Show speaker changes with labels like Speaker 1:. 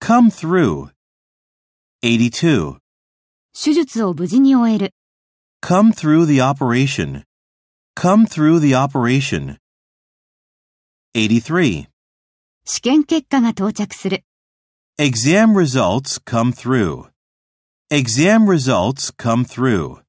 Speaker 1: Come through. 82.
Speaker 2: 手術を無事に終える。
Speaker 1: Come through the operation. Come through the operation. 83.
Speaker 2: 試験結果が到着する。
Speaker 1: Exam results come through. Exam results come through.